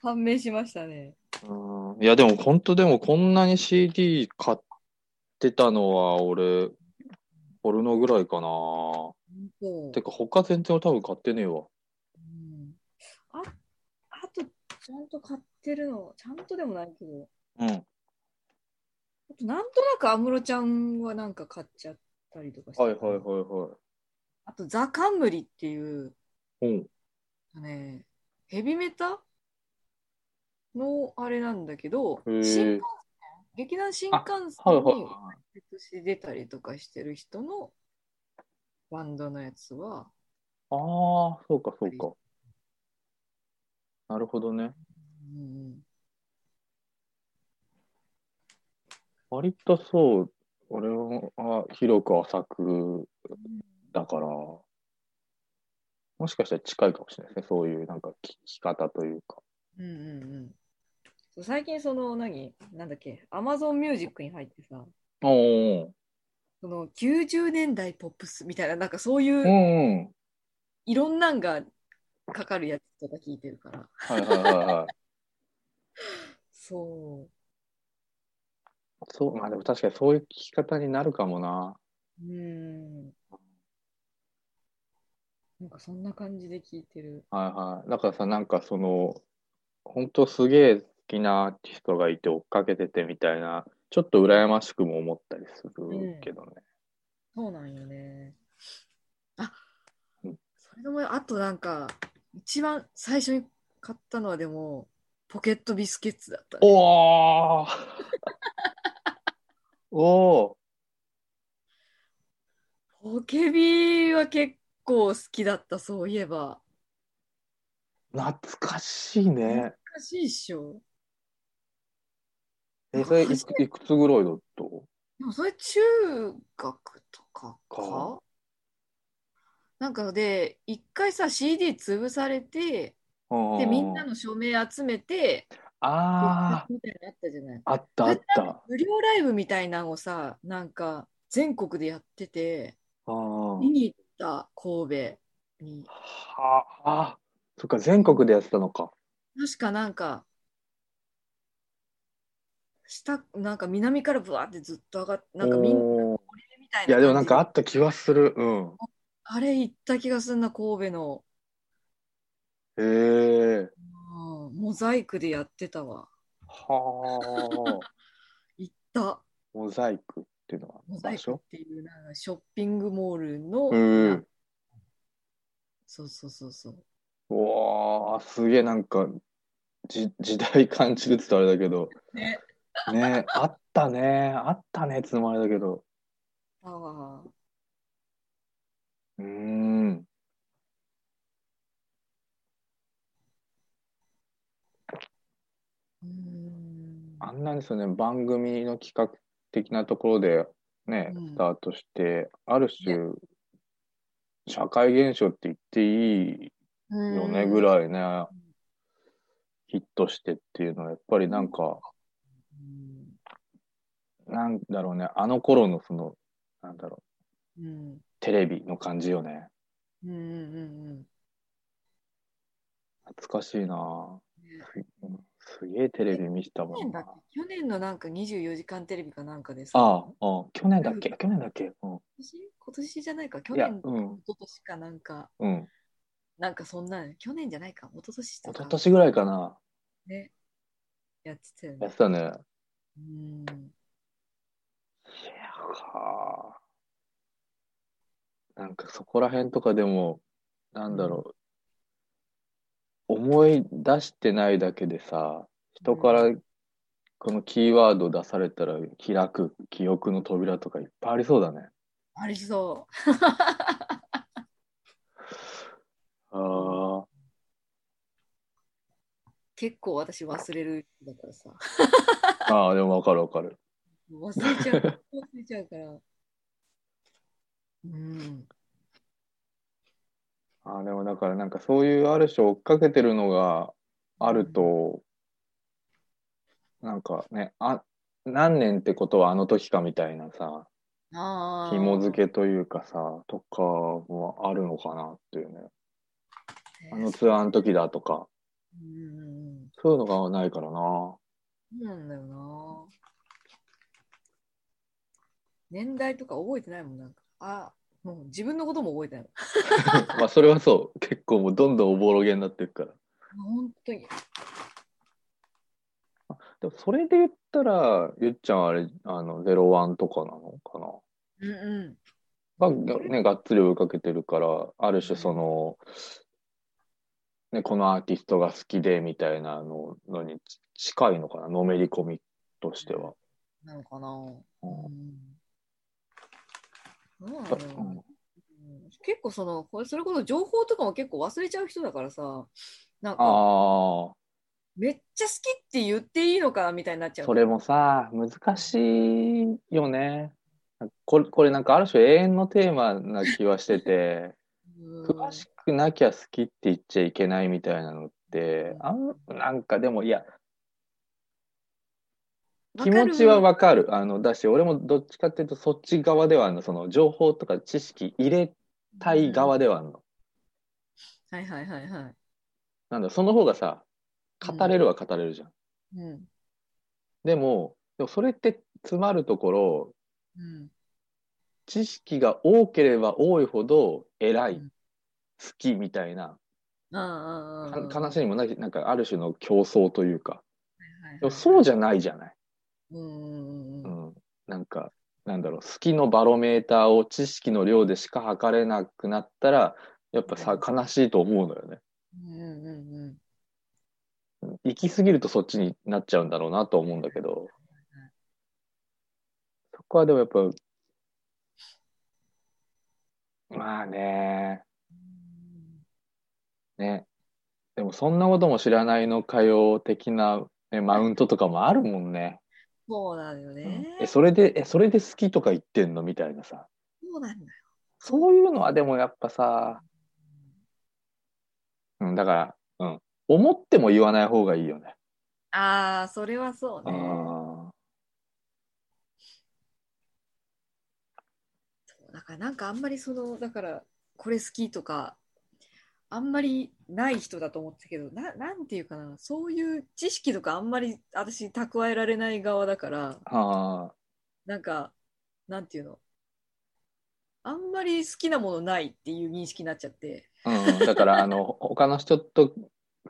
S4: 判明しましたね。
S3: うんいやでも本当でもこんなに CD 買ってたのは俺、ポルノぐらいかな。
S4: 本そう
S3: てか、他全然多分買ってねえわ。
S4: うんああと、ちゃんと買ってるの、ちゃんとでもないけど、
S3: うん。
S4: あとなんとなく安室ちゃんはなんか買っちゃったりとかして、
S3: はいはいはいは
S4: あと、ザ・カンムリっていう、
S3: い。うん。
S4: ね、ヘビメタのあれなんだけど、
S3: へー
S4: 新幹線、劇団新幹
S3: はい
S4: 線
S3: はい
S4: に
S3: は
S4: 毎年出たりとかしてる人のバンドのやつは、
S3: い。ああ、そうかそうか。なるほどね。
S4: うん
S3: 割とそう、俺は広く浅くだから、もしかしたら近いかもしれないですね。そういうなんか聞き方というか。
S4: うんうんうんそう最近その何なんだっけ Amazon ミュージックに入ってさ
S3: おー
S4: その90年代ポップスみたいななんかそういううん
S3: うん。
S4: いろんなんがかかるやつとか聞いてるから、
S3: はいはいはいはい。
S4: そ
S3: そう、まあでも確かにそういう聞き方になるかもな。
S4: ううんなんかそんな感じで聞いてる
S3: はいはい。だからさ、なんかその、本当すげえ好きなアーティストがいて追っかけててみたいな、ちょっと羨ましくも思ったりするけどね。
S4: そうなんよねあ
S3: うん
S4: それでもあとなんか一番最初に買ったのはでもポケットビスケッツだったね、
S3: おー おー
S4: ポケビは結構好きだった、そういえば。
S3: 懐かしいね。
S4: 難しいっしょ。
S3: え、それいく
S4: 初め
S3: いくつぐらいだと
S4: でもそれ中学とかか
S3: か
S4: なんかで、一回さ、CD 潰されて、で、みんなの署名集めて、
S3: あ
S4: みたいなのあったじゃない。
S3: あ、あったあった。
S4: 無料ライブみたいなのをさ、なんか全国でやってて、
S3: うん
S4: 見に行った神戸に。
S3: はあ、そっか、全国でやってたのか。
S4: 確かなんか、下、なんか南からブワーってずっと上がって、なんかみんな
S3: おー
S4: みたいな感
S3: い
S4: じ。
S3: や、でもなんかあった気はする。うん。
S4: あれ行った気がすんな、神戸の。
S3: へえ
S4: うんモザイクでやってたわ。
S3: はあ。
S4: 行った。
S3: モザイクっていうのは
S4: モザイ
S3: 場
S4: クっ
S3: 所
S4: ていうなんかショッピングモールの、
S3: うん。
S4: そうそうそうそう。
S3: うわあ、すげえなんか、じ時代感じるって言ったらあれだけど。
S4: ね。
S3: ねあったね。あったねっつうのもあれだけど。
S4: ああ。
S3: うーん。
S4: うーん。
S3: あんなにですね、番組の企画的なところでね、
S4: うん
S3: スタートして、ある種、社会現象って言っていいよねぐ
S4: い。
S3: らいね、ヒットしてっていうのは、やっぱりなんか、
S4: うん
S3: なんだろうね、あの頃のその、なんだろう、
S4: うん。
S3: テレビの感じよね。
S4: うんうんうんうん。
S3: 懐かしいなぁすすげえテレビ見せた
S4: 去
S3: も
S4: 年
S3: ん
S4: だ
S3: な
S4: っ。け去年のなんか24時間テレビかなんかでさ、
S3: ああ、ああ去年だっけ去年だっけうん。
S4: 今年今年じゃないか、去
S3: いや、
S4: 年
S3: う
S4: とか
S3: ん
S4: 一、昨年かなんか、
S3: うん。
S4: なんかそんな、去年じゃないか、一昨年
S3: 一
S4: と
S3: 昨
S4: か
S3: 年ぐらいかな。
S4: ね、やってたよね
S3: やっ。てたね。
S4: うん。
S3: いやはあなんかそこら辺とかでも、なんだろう、思い出してないだけでさ、人からこのキーワード出されたら開く記憶の扉とかいっぱいありそうだね。
S4: ありそ
S3: ああ、
S4: う。結構私忘れる人だからさ。
S3: ああ、でもわかるわかる。
S4: 忘れ ちゃう。忘れちゃうから。うん。
S3: ああ、でもだからなんかそういうある種追っかけてるのがあると、なんかね、あ、何年ってことはあの時かみたいなさ、
S4: ああ。
S3: 紐付けというかさ、とかもあるのかなっていうね。あのツアーの時だとか、
S4: うん。
S3: そういうのがないからな。
S4: そうなんだよな。年代とか覚えてないもんなんか。あ、もう自分のことも覚えてない。
S3: まあそれはそう結構もうどんどんおぼろげになっていくから
S4: 本当に。
S3: でもそれで言ったらゆっちゃんあれあの01とかなのかな
S4: うんう
S3: が、ね、がっつり追いかけてるから、ある種その、ね、このアーティストが好きでみたいなののにち近いのかな、のめり込みとしては。
S4: ん。なのかな。
S3: う
S4: うん。どうなんだろう。
S3: ん
S4: うん結構そのこれそれこそ情報とかも結構忘れちゃう人だからさなんか
S3: あ
S4: めっちゃ好きって言っていいのかなみたいになっち
S3: あ、
S4: ゃう
S3: それもさ、難しいよね。これこれなんかある種永遠のテーマな気はしてて、
S4: うん
S3: 詳しくなきゃ好きって言っちゃいけないみたいなのって、あんなんかでもいや、気持ちは
S4: わか
S3: わかる。あの、だし、俺もどっちかっていうと、そっち側ではあるの。その、情報とか知識入れ
S4: る
S3: たい側ではあるの。
S4: うんはいはいはいはい
S3: なんだ、その方がさ、語れるは語れるじゃん。
S4: うん
S3: でも、でもそれって詰まるところ、
S4: うん
S3: 知識が多ければ多いほど、偉い、
S4: うん
S3: 好きみたいな、
S4: あ
S3: か
S4: あ
S3: 悲しみもない、なんかある種の競争というか。でも
S4: う
S3: そうじゃないじゃない。
S4: うんうん
S3: う
S4: うん
S3: ん。なんか、なんだろう、好きのバロメーターを知識の量でしか測れなくなったら、やっぱさ、悲しいと思うのよね。
S4: うんうんうん
S3: 行き過ぎるとそっちになっちゃうんだろうなと思うんだけど、そこはでもやっぱ、まあね、ね。でもそんなことも知らないのかよ的な、ね、マウントとかもあるもんね。
S4: そうなのよ
S3: うん
S4: ね
S3: え、それで、え、それで好きとか言ってんのみたいなさ。
S4: そうなんだよ
S3: そういうのはでもやっぱさ、うん、だから、うん、思っても言わない方がいいよね。
S4: ああそれはそう
S3: う
S4: ね
S3: ん。
S4: だからなんかあんまりそのだからこれ好きとかあんまりない人だと思ったけどななんていうかなそういう知識とかあんまり私蓄えられない側だから
S3: あ
S4: なんかなんていうのあんまり好きなものないっていう認識になっちゃって
S3: あ、うん。だから、あの、他の人と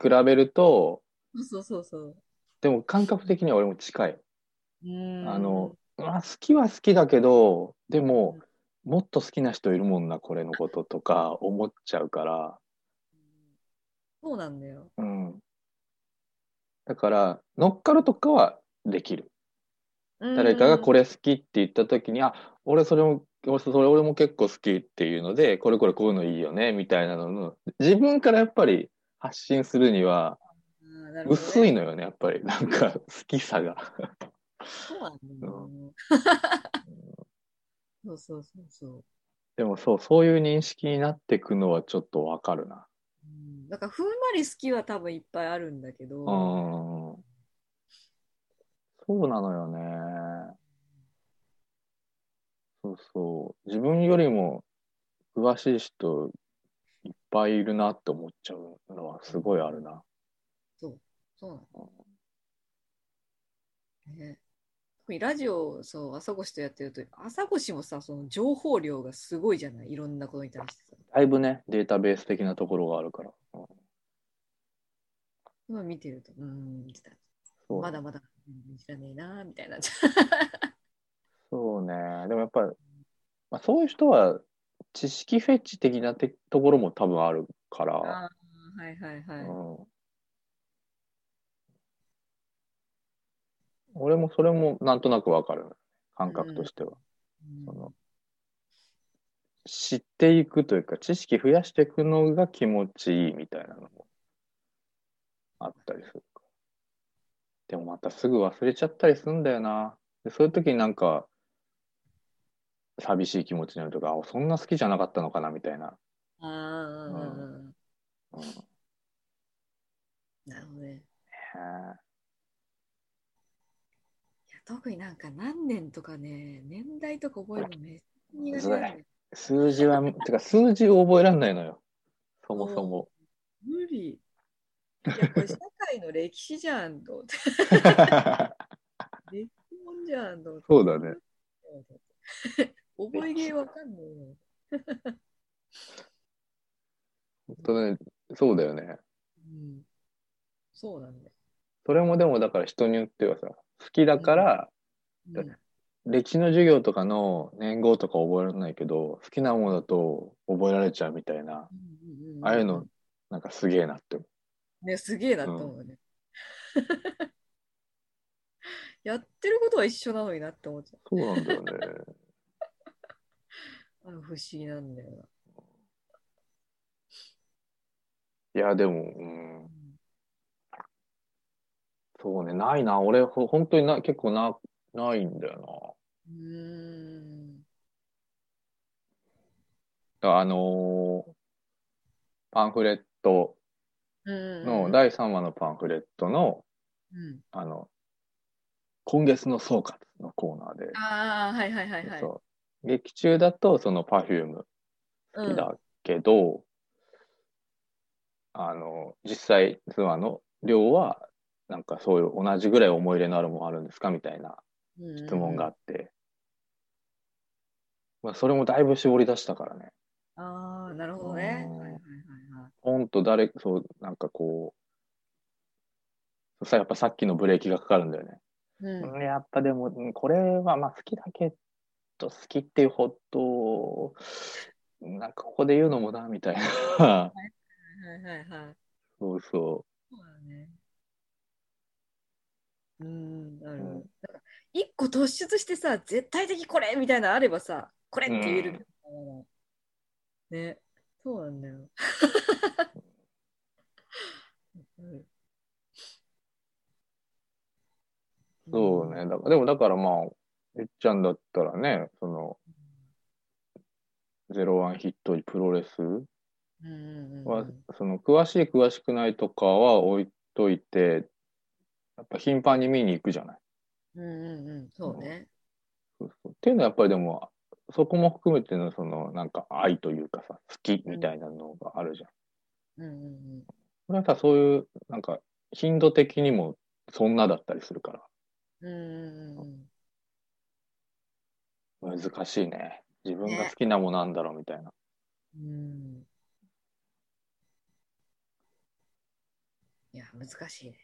S3: 比べると、
S4: そうそうそう
S3: でも感覚的には俺も近い。
S4: うーん
S3: あの、まあ、好きは好きだけど、でも、もっと好きな人いるもんな、これのこととか思っちゃうから、
S4: そうなんだよ
S3: うん。だから、乗っかるとかはできる。誰かがこ
S4: れ
S3: れ好きって言った時に、あ、俺それも、俺それ俺も結構好きっていうので、これこれこういうのいいよね、みたいなのの、自分からやっぱり発信するには、薄いのよね、やっぱり。なんか、好きさが。
S4: そうなんだよ、 そうそうそうそう
S3: でもそう、そういう認識になってくのはちょっとわかるな。
S4: うんだからふんわり好きは多分いっぱいあるんだけど、
S3: うん。そうなのよね。そうそう。自分よりも詳しい人いっぱいいるなって思っちゃうのはすごいあるな。
S4: そうなの。ね、特にラジオをそう朝越しとやってると朝越しもさその情報量がすごいじゃないいろんなことに対してさ。
S3: だいぶね、データベース的なところがあるから。うん
S4: 今見てるとうーん
S3: そう
S4: まだまだうん知らねえなみたいになっちゃ
S3: そうね。でもやっぱり、まあ、そういう人は知識フェチ的なてところも多分あるから。
S4: う。あーはいはいはい。
S3: うん俺もそれもなんとなくわかる感覚としては、
S4: うん
S3: その知っていくというか知識増やしていくのが気持ちいいみたいなのもあったりするかでもまたすぐ忘れちゃったりするんだよなでそういう時になんか寂しい気持ちになるとかあそんな好きじゃなかったのかなみたいな、
S4: あー、
S3: うんうんへ
S4: なるほどね。
S3: ー
S4: いや特になんか何年とかね年代とか覚えるのめっちゃ苦手
S3: ずる
S4: ないんだよ
S3: 数字は、てか数字を覚えられないのよ。そもそも。
S4: 無 理。いやこれ社会の歴史じゃん と思って。歴史もんじゃんと思って。
S3: そうだね。
S4: 覚え芸わかんねえよ。
S3: 本当ね、そうだよね。
S4: うん、そうなんだよ。
S3: それもでもだから人によってはさ、好きだから、
S4: うん
S3: だね歴史の授業とかの年号とか覚えられないけど、好きなものだと覚えられちゃうみたいな、
S4: うんうんうん
S3: ああいうの、なんかすげえなって思
S4: ね、すげえなと思うね。 やってることは一緒なのになって思っちゃ
S3: う。そうなんだよね。
S4: う。あの不思議なんだよな。
S3: いや、でも、うん、そうね、ないな。俺、ほ本当にな、結構な、ないんだよ
S4: うーん。
S3: な。だからあのーパンフレット
S4: うん
S3: の、第3話のパンフレットの、
S4: うん、
S3: あの、今月の総括のコーナーで、
S4: ああ、はいはいはいはい。
S3: そう劇中だと、その Perfume
S4: うん
S3: だけど、あの、実際、ツアーの量は、なんかそういう同じぐらい思い入れのあるものあるんですかみたいな質問があ。って、まあ、それもだいぶ絞り出したからね。
S4: うんああ、なるほどね。
S3: うん
S4: はいはいはいはい
S3: ほんと誰、そう、なんかこう、さやっぱさっきのブレーキがかかるんだよね。
S4: うん
S3: うんやっぱでも、うんこれはまあ好きだけど、好きっていうほど、なんかここで言うのもな、みたいな。
S4: はいはいはい。
S3: そうそ
S4: そうだね。うーん、なるほ
S3: う
S4: ど
S3: ん。
S4: だから一個突出してさ、絶対的これみたいなのあればさ、これって言えるけどね、そうなんだよ。うん
S3: う。そうね。。だからでもだからまあ、えっちゃんだったらね、その、ゼロワンヒットプロレス
S4: うんうんうんう
S3: は、
S4: ん。
S3: その、詳しい詳しくないとかは置いといて、やっぱ頻繁に見に行くじゃない。
S4: うんうんうん、そうね。
S3: そうそうっていうのはやっぱりでも、そこも含めてのその、なんか愛というかさ、好きみたいなのがあるじゃん。
S4: うんうん
S3: これはさ、そういう、なんか、頻度的にもそんなだったりするか
S4: うん。うんうんうん。
S3: ら、難しいね。自分が好きなものなんだろうみたいな。
S4: うん。いや、難しいね。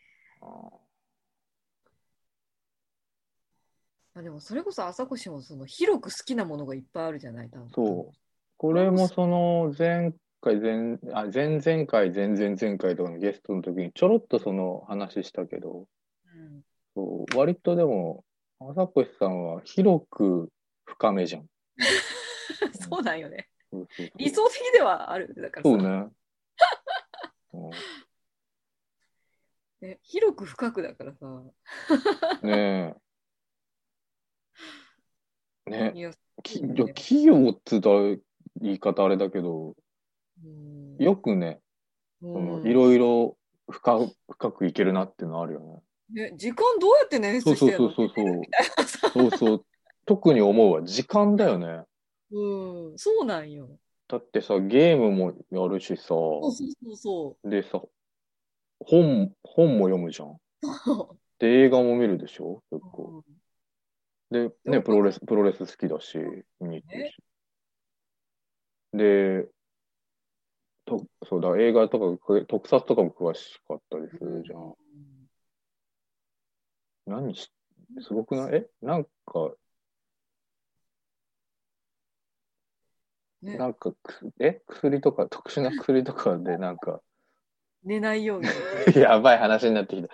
S4: あでもそれこそ朝越もその広く好きなものがいっぱいあるじゃない多分
S3: そうこれもその、前回、前、あ、前々回、前々前回とかのゲストの時にちょろっとその話したけど、
S4: うん、
S3: そう割とでも、朝越さんは広く深めじゃん。
S4: そうなんよね
S3: そうそうそう
S4: 理想的ではあるだからさ
S3: そうね。う
S4: ね広く深くだからさ
S3: んねえ。ね
S4: いや
S3: きいや企業っつった言い方あれだけど、
S4: うん
S3: よくね、そ
S4: うん
S3: のいろいろ深く深くいけるなっていうのあるよね。
S4: ね時間どうやって捻
S3: そ
S4: 出
S3: う
S4: して
S3: そうん
S4: の
S3: そうそうそう。そうそう。特に思うわ。時間だよね。
S4: うん、そうなんよ
S3: だってさ、ゲームもやるしさ、
S4: そうそうそうそ
S3: でさ、本、本も読むじゃん。
S4: う
S3: で、映画も見るでしょ結構。
S4: うん
S3: で、
S4: う
S3: ね、
S4: ん
S3: プロレス、プロレス好きだし、見に行ってるし。で、とそうだ、映画とかく、特撮とかも詳しかったりするじゃん。何し、すごくないえなんか、
S4: ね
S3: なんかく、え薬とか、特殊な薬とか で、なんか、
S4: 寝ないように
S3: やばい話になってきた。い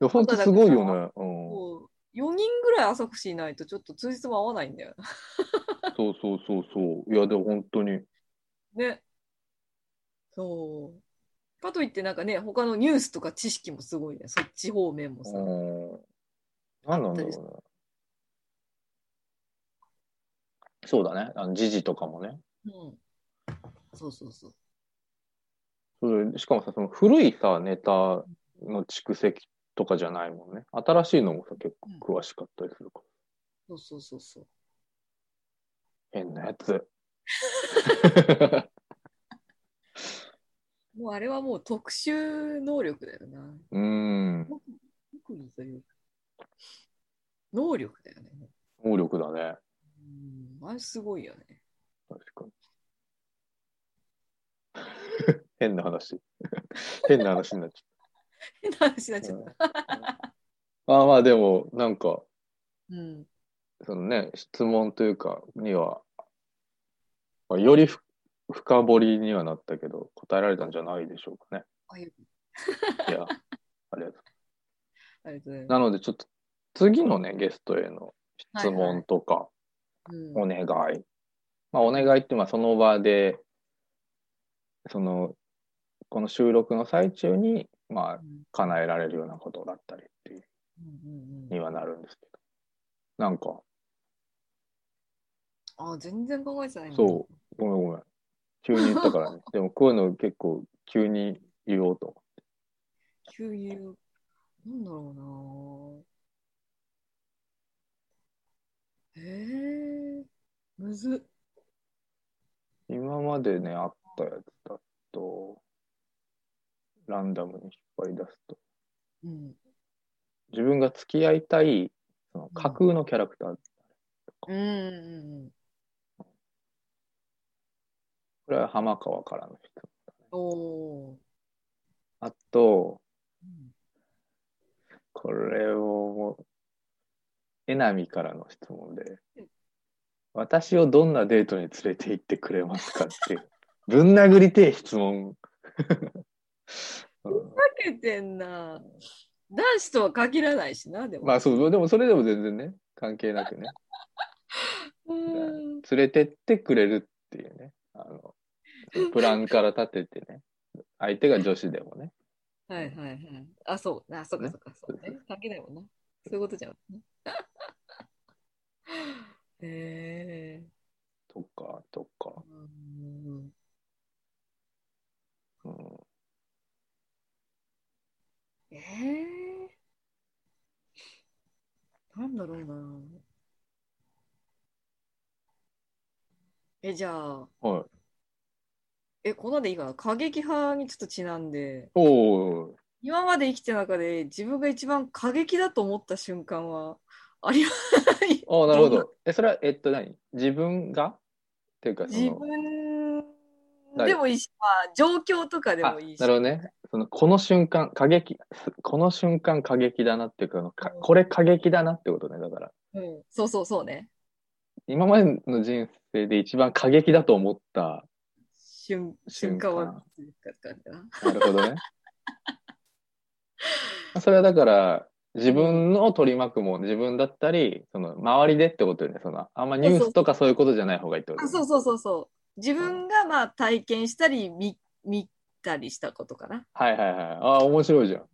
S3: やほんとすごいよね。うん。
S4: もう4人ぐらい朝越いないとちょっと通じつも合わないん だよ
S3: そうそうそうそう。いや、でも本当に。
S4: ね。そう。かといってなんかね、他のニュースとか知識もすごいね。そっち方面もさ。
S3: うん。何なんだろうね。そうだね。あの時事とかもね。
S4: うん。そうそうそう。
S3: それしかもさ、その古いさ、ネタの蓄積とかじゃないもんね。新しいのもさ、結構詳しかったりするか
S4: そうそうそうそう。
S3: ら。変なやつ。
S4: もうあれはもう特殊能力だよな。
S3: うん。
S4: 特技というか。能力だよね。
S3: 能力だね。
S4: うん。あれすごいよね。
S3: 確かに。 変な 話。変な話になっち
S4: 変な話になっちゃった。
S3: ゃう。ああまあでも、なんか、
S4: うん。
S3: そのね、質問というか、には、まあ、よりふ深掘りにはなったけど、答えられたんじゃないでしょうかね。
S4: あよ
S3: いや、あり
S4: ありが
S3: がとう。
S4: とうございま
S3: なので、ちょっと、次のね、ゲストへの質問とか、
S4: す。うん
S3: お願い。まあ、お願いって、まあ、その場で、その、この収録の最中に、まあ、叶えられるようなことだったりっていう、
S4: うんうんうん
S3: にはなるんですけど。なんか、
S4: あ、全然考えてないな
S3: そう、ごめんごめん。急に言ったからね。でも、こういうの結構、急に言おうと。
S4: 急に言う。なんだろうなえー、むずっ。
S3: 今までね、あったやつだと、ランダムに引っ張り出すと、
S4: うん。
S3: 自分が付き合いたい、その架空のキャラクター、
S4: うんうんうん。
S3: これは浜川からの人。
S4: おー。
S3: あと、
S4: うん
S3: これをもう、えなみからの質問で
S4: うん、
S3: 私をどんなデートに連れて行ってくれますかっていう、ぶん殴りてえ質問。うん
S4: かけてんな。男子とは限らないしな、でも。
S3: まあそう、でもそれでも全然ね、関係なくね、
S4: うん。
S3: 連れてってくれるっていうね、あの、プランから立ててね、相手が女子でもね、
S4: はいはいはい。あ、そう。あ、そっかそっか。そうね。関係ないもんな。そういうことじゃん。へえ
S3: とか、とか、
S4: ー。うん
S3: うん、
S4: ええー。なんだろうな。え、じゃあ、
S3: はい。
S4: え、こんなんでいいかな。過激派にちょっとちなんで、
S3: おー、
S4: 今まで生きてる中で自分が一番過激だと思った瞬間はありま
S3: ああ、なるほ
S4: どん
S3: ど。え、それは、えっと何、自分がっていうか、そ
S4: 自
S3: の、
S4: 分でもいいし、まあ、状況とかで
S3: あ、
S4: もいいし。
S3: なるほどね。その、この瞬間、過激、すこの瞬間過激だなっていうか、あのかこれ過激だなってことね。だから、
S4: うん、そうそうそうね。
S3: 今までの人生で一番過激だと思った。
S4: 瞬瞬
S3: 瞬間
S4: 間はいつかって感じ
S3: なるほどね。 それはだから、自分を取り巻くもん、自分だったり、その、周りでってことよね。その、あんまニュースとかそういうことじゃない方がいいってこと
S4: かな。あ、そううそうそうそう。自分がまあ体験したり見見たりしたことかな。
S3: はいはいはい。ああ、面白いじゃん。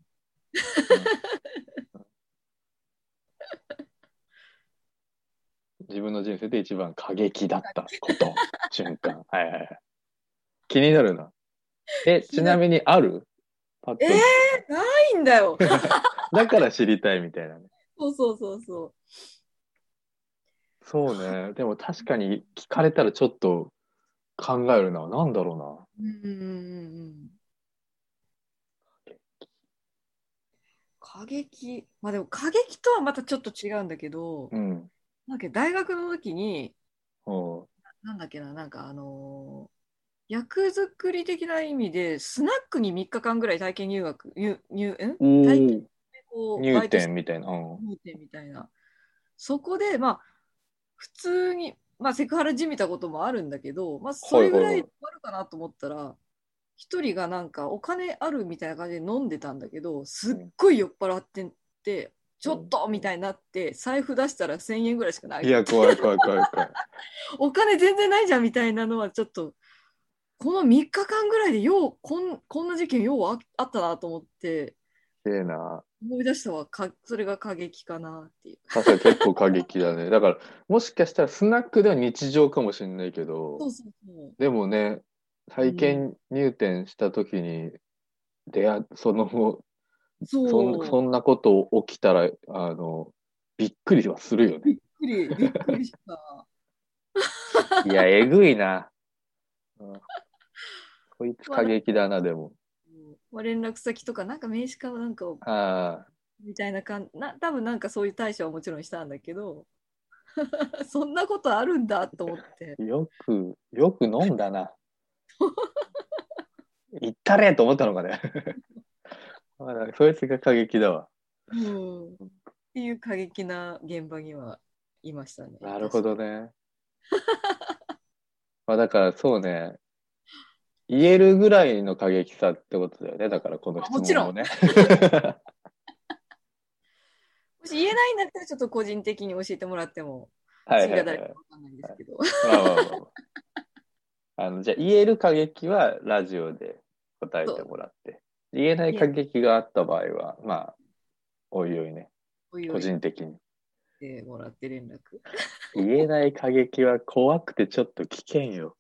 S3: 自分の人生で一番過激だったこと、瞬間。はいはいはい。気になるな。え、ちなみにあるパッ
S4: え
S3: と
S4: ー、ないんだよ。
S3: だから知りたいみたいなね。
S4: そうそうそうそ
S3: そうね。でも確かに聞かれたらちょっと考えるな。なんだろ
S4: う。うんうんうんうん。過激。まあでも過激とはまたちょっと違うんだけど
S3: う、な。うん。
S4: なんか大学の時に、
S3: おう
S4: なんだっけな、なんかあのー役作り的な意味で、スナックに3日間ぐらい体験入学、入、入、ん体験でこう、バ
S3: 入
S4: イトし
S3: 店みたいな。うん
S4: 入店みたいな。そこで、まあ、普通に、まあ、セクハラじみたこともあるんだけど、まあ、それぐらいあるかなと思ったら、一人がなんかお金あるみたいな感じで飲んでたんだけど、すっごい酔っ払ってって、ちょっとみたいになって、財布出したら1000円ぐらいしかない
S3: い。や、怖い怖い怖い 怖い。
S4: お金全然ないじゃんみたいなのはちょっとこの3日間ぐらいでようこんこんな事件ようああったなと思って
S3: ええな。
S4: 思い出したわかそれが過激かなっていう
S3: 確かに結構過激だね。だから、もしかしたらスナックでは日常かもしれないけど
S4: そ、うそうそう
S3: でもね、体験入店した時に出会、その後、
S4: そう
S3: そんそんなこと起きたら、あの、びっくりはするよね。
S4: びっくりびっくりした
S3: いや、えぐいな。 うんこいつ過激だな、でも。
S4: まあ連絡先とかなんか名刺かなんかを
S3: ああ、
S4: みたいな感じな多分なんかそういう対処はもちろんしたんだけど そんなことあるんだと思って
S3: よく、よく飲んだな。行ったれと思ったの かね。まあなんかそいつが過激だわ。
S4: うんっていう過激な現場にはいましたね。
S3: なるほどね。まあだからそうね。言えるぐらいの過激さってことだよね。だからこの質問をね。
S4: も
S3: ね。
S4: し言えないんだったら、ちょっと個人的に教えてもらっても、
S3: はい
S4: 次
S3: はい、
S4: が誰
S3: は
S4: か
S3: い。
S4: わかんないんですけど。
S3: まあまあまあまああのじゃあ言える過激はラジオで答えてもらって言えない過激があった場合はまあおいおいね
S4: おいお
S3: 個
S4: い
S3: 人的に
S4: ってもらって連絡。
S3: 言えない過激は怖くてちょっと危険よ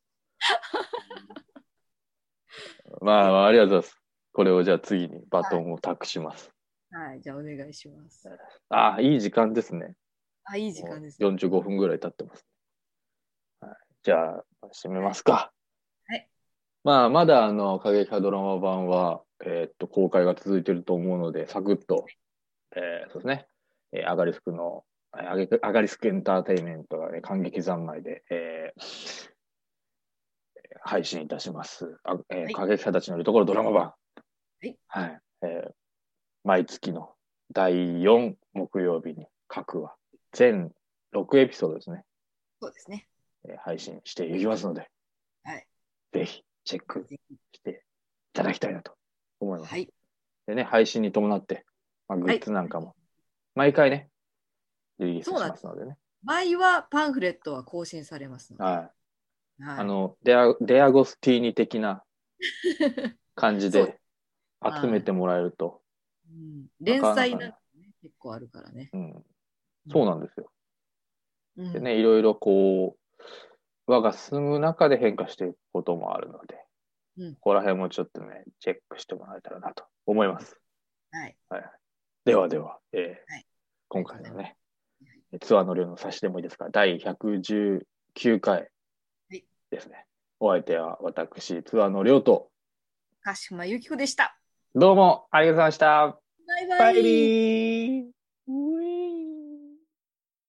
S3: まあまあありがとうございますこれをじゃあ次にバトンを託します、
S4: はい、じゃあお願いします。
S3: ああいい時間ですね
S4: あ、いい時間ですね。
S3: もう45分ぐらい経ってます。はい、じゃあ、締めますか。
S4: はい。
S3: まあ、まだ、あの、過激派ドラマ版は、えーっと、公開が続いてると思うので、サクッと、えーそうですね、えーアガリスクの、えーアゲアガリスクエンターテインメントがね、感激三昧で、えー配信いたします。あえー
S4: はい
S3: 過激派たちのいるところドラマ版。
S4: い
S3: はい。えー毎月の第4木曜日に各話、全6エピソードですね、
S4: そうですね。
S3: えー配信していきますので、
S4: はい
S3: ぜひチェック
S4: ぜひ
S3: していただきたいなと思います。
S4: はい。
S3: でね、配信に伴って、まあ、グッズなんかも、毎回ね、リリースしますのでね。
S4: 前はパンフレットは更新されますので。
S3: はい。
S4: はい、
S3: あの、デアデアゴスティーニ的な感じ
S4: そう
S3: で集めてもらえると、
S4: うん、連載なんかね、結構あるからね。
S3: うん、そうなんですよ。
S4: うん
S3: でね、いろいろこう、輪が進む中で変化していくこともあるので、
S4: うん
S3: ここら辺もちょっとね、チェックしてもらえたらなと思います。
S4: はい。
S3: ではでは、えー
S4: はい
S3: 今回のね、ツアーの量の差しでもいいですか、第119回
S4: はい
S3: ですね。お相手は私、ツアーの量と、
S4: 鹿島由紀子でした。
S3: どうもありがとうございました。
S4: バイ
S3: バ
S4: バイ。
S3: イビー